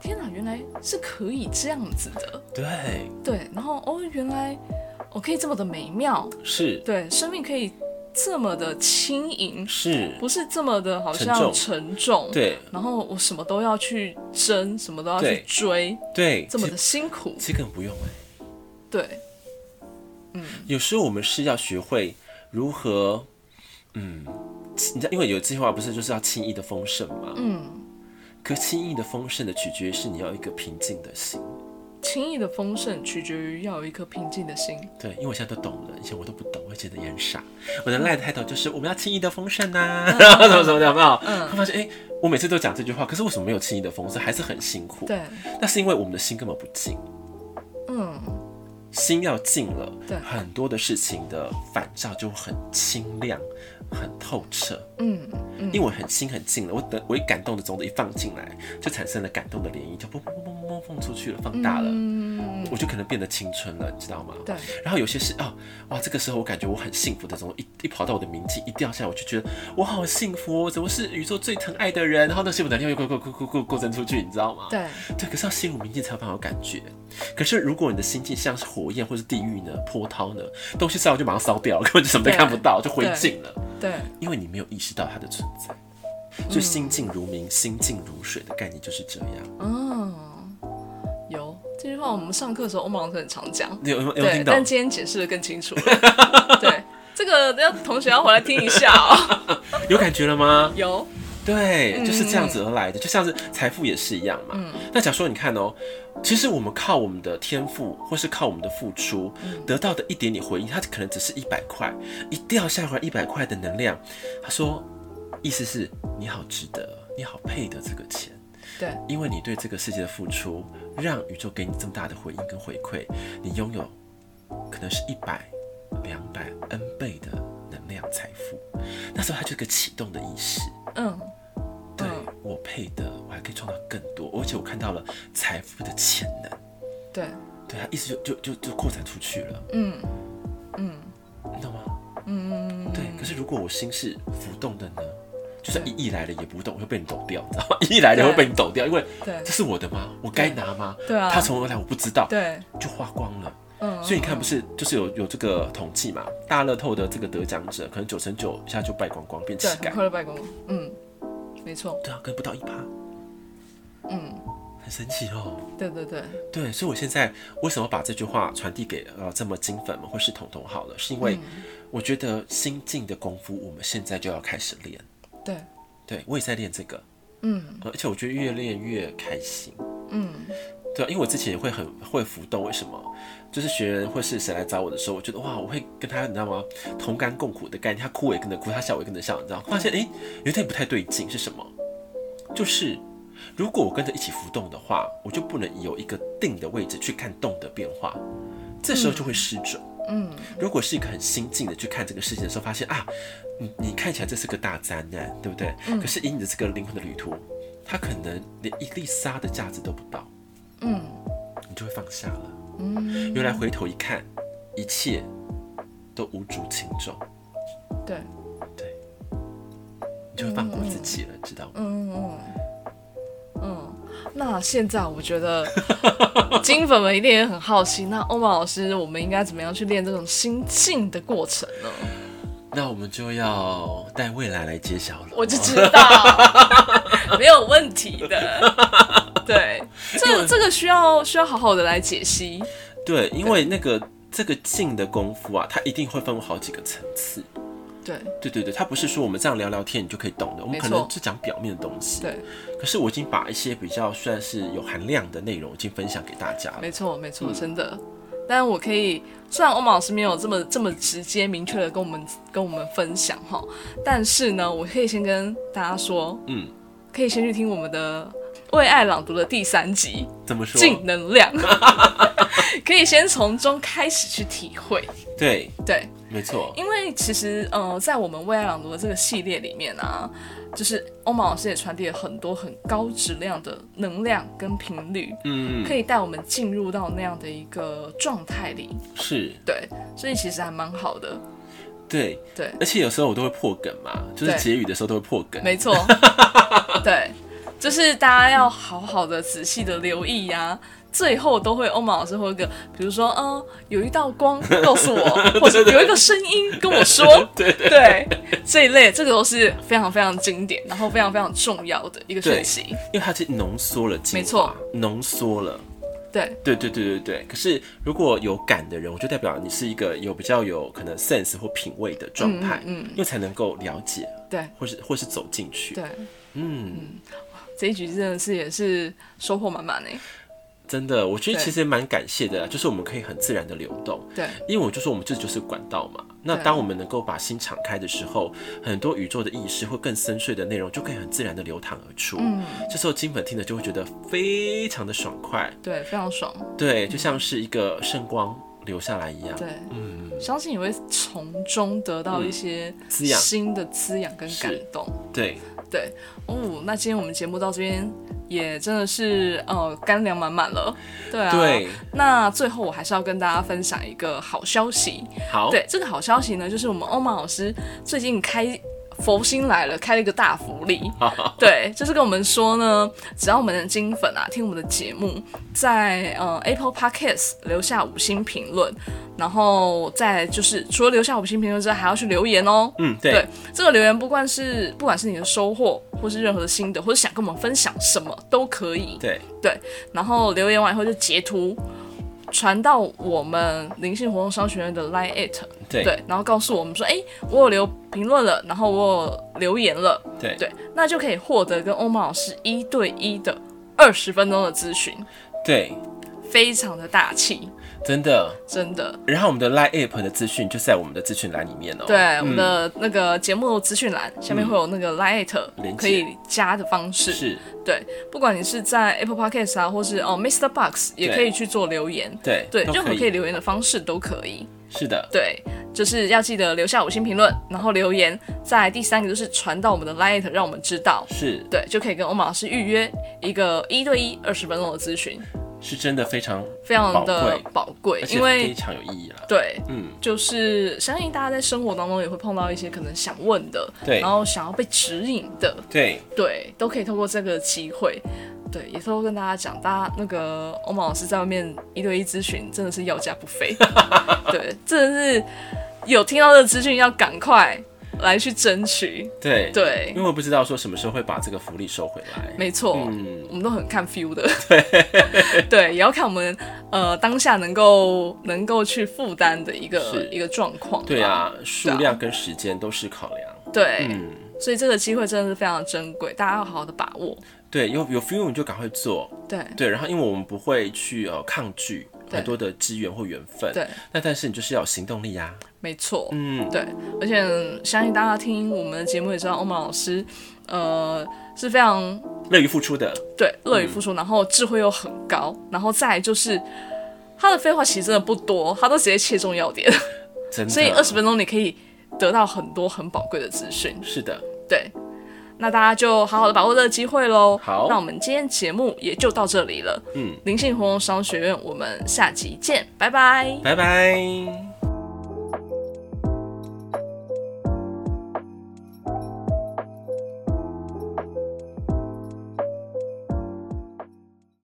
Speaker 1: 天哪，原来是可以这样子的。
Speaker 2: 对，
Speaker 1: 对，然后哦，原来我可以这么的美妙，
Speaker 2: 是
Speaker 1: 对，生命可以这么的轻盈，
Speaker 2: 是，
Speaker 1: 不是这么的好
Speaker 2: 沉
Speaker 1: 像
Speaker 2: 重
Speaker 1: 沉重。，
Speaker 2: 对
Speaker 1: 然后我什么都要去争，什么都要
Speaker 2: 对
Speaker 1: 去追，
Speaker 2: 对，
Speaker 1: 这么的
Speaker 2: 其
Speaker 1: 辛苦
Speaker 2: 实。其实根本不用哎、
Speaker 1: 对，
Speaker 2: 有时候我们是要学会如何，嗯，轻你知道，因为有这句话不是就是要轻易的丰盛吗？
Speaker 1: 嗯，
Speaker 2: 可轻易的丰盛的取决于是你要一个平静的心。
Speaker 1: 轻易的丰盛取决于要有一颗平静的心。
Speaker 2: 对，因为我现在都懂了，以前我都不懂，我觉得也很傻。我的赖的态度就是我们要轻易的丰盛呐、
Speaker 1: 嗯
Speaker 2: 啊，然后 *laughs* 什么什么的，有没有？嗯，发现哎、我每次都讲这句话，可是为什么没有轻易的丰盛，还是很辛苦？
Speaker 1: 对，
Speaker 2: 那是因为我们的心根本不静。
Speaker 1: 嗯，
Speaker 2: 心要静了，
Speaker 1: 对
Speaker 2: 很多的事情的反照就很清亮、很透彻。
Speaker 1: 嗯嗯，
Speaker 2: 因为我很心很静了，我等我一感动的种子一放进来，就产生了感动的涟漪，就砰砰砰砰砰放出去了，放大了，
Speaker 1: 嗯，
Speaker 2: 我就可能变得青春了，你知道吗？
Speaker 1: 对，
Speaker 2: 然后有些是哦，哇，这个时候我感觉我很幸福的，怎么一一跑到我的名气一掉下来，我就觉得我好幸福哦，怎么是宇宙最疼爱的人？然后那幸福的能量又过过过过过增出去，你知道吗？
Speaker 1: 对，
Speaker 2: 对，可是要心如明镜才有办法有感觉。可是如果你的心境像是火焰或是地狱呢、波涛呢，东西烧完就马上烧掉了，根本就什么都
Speaker 1: 对
Speaker 2: 看不到，就灰烬了，
Speaker 1: 对，
Speaker 2: 因为你没有意识到它的存在。所以心静如明，心静如水的概念就是这样。
Speaker 1: 嗯，有这句话，我们上课的时候欧盟老师很常讲，
Speaker 2: 你有有有没有
Speaker 1: 对
Speaker 2: 听，
Speaker 1: 但
Speaker 2: 懂？
Speaker 1: 今天解释的更清楚了。 *laughs* 对，这个要同学要回来听一下
Speaker 2: *laughs*
Speaker 1: 哦。
Speaker 2: 有感觉了吗？
Speaker 1: 有，
Speaker 2: 对，就是这样子而来的，就像是财富也是一样嘛。那假如说你看哦，其实我们靠我们的天赋或是靠我们的付出得到的一点点回应，它可能只是一百块，一掉下来一百块的能量，他说，意思是你好值得，你好配得这个钱。
Speaker 1: 对，
Speaker 2: 因为你对这个世界的付出，让宇宙给你这么大的回应跟回馈，你拥有可能是一百、两百 N 倍的能量财富。那时候它就是个启动的意识。
Speaker 1: 嗯，
Speaker 2: 对
Speaker 1: 嗯
Speaker 2: 我配的，我还可以创造更多，而且我看到了财富的潜能，
Speaker 1: 对，
Speaker 2: 对它意思就就就就扩展出去了，
Speaker 1: 嗯嗯
Speaker 2: 你懂吗？
Speaker 1: 嗯，
Speaker 2: 对，可是如果我心是浮动的呢？就算一亿来了也不动，会被你抖掉，你知道吗？ *laughs* 一亿来了会被你抖掉，因为
Speaker 1: 对
Speaker 2: 这是我的吗？我该拿吗？
Speaker 1: 对啊
Speaker 2: 它从何来我不知道，
Speaker 1: 对，
Speaker 2: 就花光了。
Speaker 1: 嗯，
Speaker 2: 所以你看，不是就是有有这个统计嘛？大乐透的这个得奖者，可能九成九一下就败光光，变乞
Speaker 1: 对，
Speaker 2: 丐
Speaker 1: 很。快乐拜公，嗯，没错，
Speaker 2: 对啊，可能不到一趴，
Speaker 1: 嗯，
Speaker 2: 很神奇哦。
Speaker 1: 对对对，
Speaker 2: 对，所以我现在为什么把这句话传递给呃这么金粉们或是彤彤好了，是因为我觉得心境的功夫，我们现在就要开始练。
Speaker 1: 对，
Speaker 2: 对我也在练这个，
Speaker 1: 嗯
Speaker 2: 呃而且我觉得越练越开心。
Speaker 1: 嗯，
Speaker 2: 对啊，因为我之前也会很会浮动，为什么？就是学员或是谁来找我的时候，我觉得哇，我会跟他你知道吗？同甘共苦的概念，他哭我也跟着哭，他笑我也跟着笑，你知道吗？发现诶，有点不太对劲，是什么？就是如果我跟着一起浮动的话，我就不能有一个定的位置去看动的变化，这时候就会失准。
Speaker 1: 嗯，
Speaker 2: 如果是一个很心境的去看这个事情的时候，发现啊，你你看起来这是个大灾难，对不对？
Speaker 1: 嗯
Speaker 2: 可是以你的这个灵魂的旅途，它可能连一粒沙的价值都不到。
Speaker 1: 嗯
Speaker 2: 你就会放下了。
Speaker 1: 嗯，
Speaker 2: 原来回头一看，一切都无足轻重，
Speaker 1: 对，
Speaker 2: 对，你就会放过自己了，知道吗？
Speaker 1: 嗯嗯嗯。那现在我觉得金粉们一定也很好奇，那欧曼老师，我们应该怎么样去练这种心境的过程呢？
Speaker 2: 那我们就要待未来来揭晓了。
Speaker 1: 我就知道，没有问题的。对，这个这个需要需要好好的来解析。
Speaker 2: 对，因为那个这个静的功夫啊，它一定会分为好几个层次。
Speaker 1: 对
Speaker 2: 对对对，它不是说我们这样聊聊天你就可以懂的，我们
Speaker 1: 没
Speaker 2: 可
Speaker 1: 错
Speaker 2: 能是讲表面的东西。
Speaker 1: 对，
Speaker 2: 可是我已经把一些比较算是有含量的内容已经分享给大家了。
Speaker 1: 没错没
Speaker 2: 嗯
Speaker 1: 错，真的。但我可以，虽然欧马老师没有这么这么直接明确的跟我们跟我们分享哈，但是呢，我可以先跟大家说，
Speaker 2: 嗯，
Speaker 1: 可以先去听我们的为爱朗读的第三集
Speaker 2: 怎么
Speaker 1: 《
Speaker 2: 说？
Speaker 1: 正能量》， *laughs* 可以先从中开始去体会。
Speaker 2: 对，
Speaker 1: 对，
Speaker 2: 没错，
Speaker 1: 因为其实，呃，在我们为爱朗读的这个系列里面啊，就是欧玛老师也传递了很多很高质量的能量跟频率，
Speaker 2: 嗯，
Speaker 1: 可以带我们进入到那样的一个状态里。
Speaker 2: 是。
Speaker 1: 对，所以其实还蛮好的。
Speaker 2: 对 *laughs*
Speaker 1: 对
Speaker 2: 而且有时候我都会破梗嘛，就是
Speaker 1: 对
Speaker 2: 结语的时候都会破梗。
Speaker 1: 没
Speaker 2: *laughs*
Speaker 1: 错，对，就是大家要好好的、仔细的留意呀、最后都会欧玛老师会有一个，比如说，嗯，有一道光告诉
Speaker 2: *laughs*
Speaker 1: 我，或者有一个声音跟我说，
Speaker 2: 对对
Speaker 1: 对这一类，这个都是非常非常经典，然后非常非常重要的一个讯息。
Speaker 2: 因为它是浓缩了精华，
Speaker 1: 没错，
Speaker 2: 浓缩了。
Speaker 1: 对
Speaker 2: 对对对对对。可是如果有感的人，我就代表你是一个有比较有可能 sense 或品味的状态，
Speaker 1: 嗯嗯嗯
Speaker 2: 因为才能够了解，
Speaker 1: 对
Speaker 2: 或是或是走进去。
Speaker 1: 对，
Speaker 2: 嗯，
Speaker 1: 这一局真的是也是收获满欸满呢。
Speaker 2: 真的，我觉得
Speaker 1: 对
Speaker 2: 其实蛮感谢的啦，啊就是我们可以很自然的流动。
Speaker 1: 对
Speaker 2: 因为我就说我们这就是管道嘛。那
Speaker 1: 对
Speaker 2: 当我们能够把心敞开的时候，很多宇宙的意识或更深邃的内容就可以很自然的流淌而出。
Speaker 1: 嗯，
Speaker 2: 这时候金粉听了就会觉得非常的爽快，
Speaker 1: 对，非常爽。
Speaker 2: 对，就像是一个圣光留下来一样。
Speaker 1: 对，
Speaker 2: 嗯，
Speaker 1: 相信你会从中得到一些
Speaker 2: 滋养
Speaker 1: 新的滋养跟感动。
Speaker 2: 对，
Speaker 1: 对，哦，那今天我们节目到这边也真的是呃干粮满满了。对啊，
Speaker 2: 对，
Speaker 1: 那最后我还是要跟大家分享一个好消息。
Speaker 2: 好，
Speaker 1: 对，这个好消息呢，就是我们欧曼老师最近开佛心来了，开了一个大福利。对，就是跟我们说呢，只要我们的金粉啊听我们的节目，在呃 Apple Podcast 留下五星评论，然后再就是除了留下五星评论之外，还要去留言哦。
Speaker 2: 嗯，对，
Speaker 1: 这个留言不管是不管是你的收获，或是任何的心得，或者想跟我们分享什么都可以。
Speaker 2: 对，
Speaker 1: 然后留言完以后就截图传到我们灵性活动商学院的 Line It，
Speaker 2: 对，
Speaker 1: 对，然后告诉我们说，哎，我有留评论了，然后我有留言了，
Speaker 2: 对，
Speaker 1: 对，那就可以获得跟欧曼老师一对一的二十分钟的咨询，
Speaker 2: 对，
Speaker 1: 非常的大气，
Speaker 2: 真的。
Speaker 1: 真的。
Speaker 2: 然后我们的 Line App 的资讯就在我们的资讯栏里面哦。
Speaker 1: 对，
Speaker 2: 嗯
Speaker 1: 我们的那个节目资讯栏下面会有那个 Lite
Speaker 2: 连接
Speaker 1: 可以加的方式，
Speaker 2: 是，
Speaker 1: 对，不管你是在 Apple Podcast 啊，或是哦 Mr. Box 也
Speaker 2: 对
Speaker 1: 可以去做留言，
Speaker 2: 对，
Speaker 1: 对，
Speaker 2: 都
Speaker 1: 任何可以留言的方式都可以。
Speaker 2: 是的，
Speaker 1: 对，就是要记得留下五星评论，然后留言。再来第三个就是传到我们的 Lite，让我们知道，
Speaker 2: 是
Speaker 1: 对，就可以跟欧马老师预约一个一对一二十分钟的咨询，
Speaker 2: 是真的非常，
Speaker 1: 非常
Speaker 2: 宝
Speaker 1: 的
Speaker 2: 贵
Speaker 1: 宝贵
Speaker 2: 而，且
Speaker 1: 因
Speaker 2: 非
Speaker 1: 为
Speaker 2: 常有意义啦。
Speaker 1: 对。
Speaker 2: 嗯，
Speaker 1: 就是相信大家在生活当中也会碰到一些可能想问的，
Speaker 2: 对
Speaker 1: 然后想要被指引的，
Speaker 2: 对，
Speaker 1: 对，都可以透过这个机会，对，也偷偷跟大家讲，大家那个欧盟老师在外面一对一咨询真的是要价不
Speaker 2: *laughs*
Speaker 1: 菲，对，真的是有听到这个资讯要赶快来去争取，
Speaker 2: 对，
Speaker 1: 对
Speaker 2: 因，为我不知道说什么时候会把这个福利收回来。
Speaker 1: 没错。
Speaker 2: 嗯，
Speaker 1: 我们都很看 feel
Speaker 2: *laughs*
Speaker 1: 的，对，也要看我们呃当下能够能够去负担的一个
Speaker 2: 是
Speaker 1: 一个状况。
Speaker 2: 对，啊，数量跟时间都是考量。
Speaker 1: 对，
Speaker 2: 嗯，
Speaker 1: 所以这个机会真的是非常珍贵，大家要好好的把握。
Speaker 2: 对，有有 feel 你就赶快做。
Speaker 1: 对
Speaker 2: 对，然后因为我们不会去呃抗拒
Speaker 1: 对
Speaker 2: 很多的资源或缘分。
Speaker 1: 对，
Speaker 2: 那但是你就是要有行动力啊。
Speaker 1: 没错。
Speaker 2: 嗯，
Speaker 1: 对，而且相信大家听我们的节目也知道，欧曼老师，呃，是非常
Speaker 2: 乐于付出的。
Speaker 1: 对乐于付
Speaker 2: 嗯
Speaker 1: 出，然后智慧又很高，然后再来就是他的废话其实真的不多，他都直接切中要点，
Speaker 2: 真的，
Speaker 1: 所以二十分钟你可以得到很多很宝贵的资讯。
Speaker 2: 是的，
Speaker 1: 对，那大家就好好的把握这个机会喽。
Speaker 2: 好
Speaker 1: 那我们今天节目也就到这里了。
Speaker 2: 嗯，
Speaker 1: 灵性活动商学院，我们下集见，拜拜。
Speaker 2: 拜拜。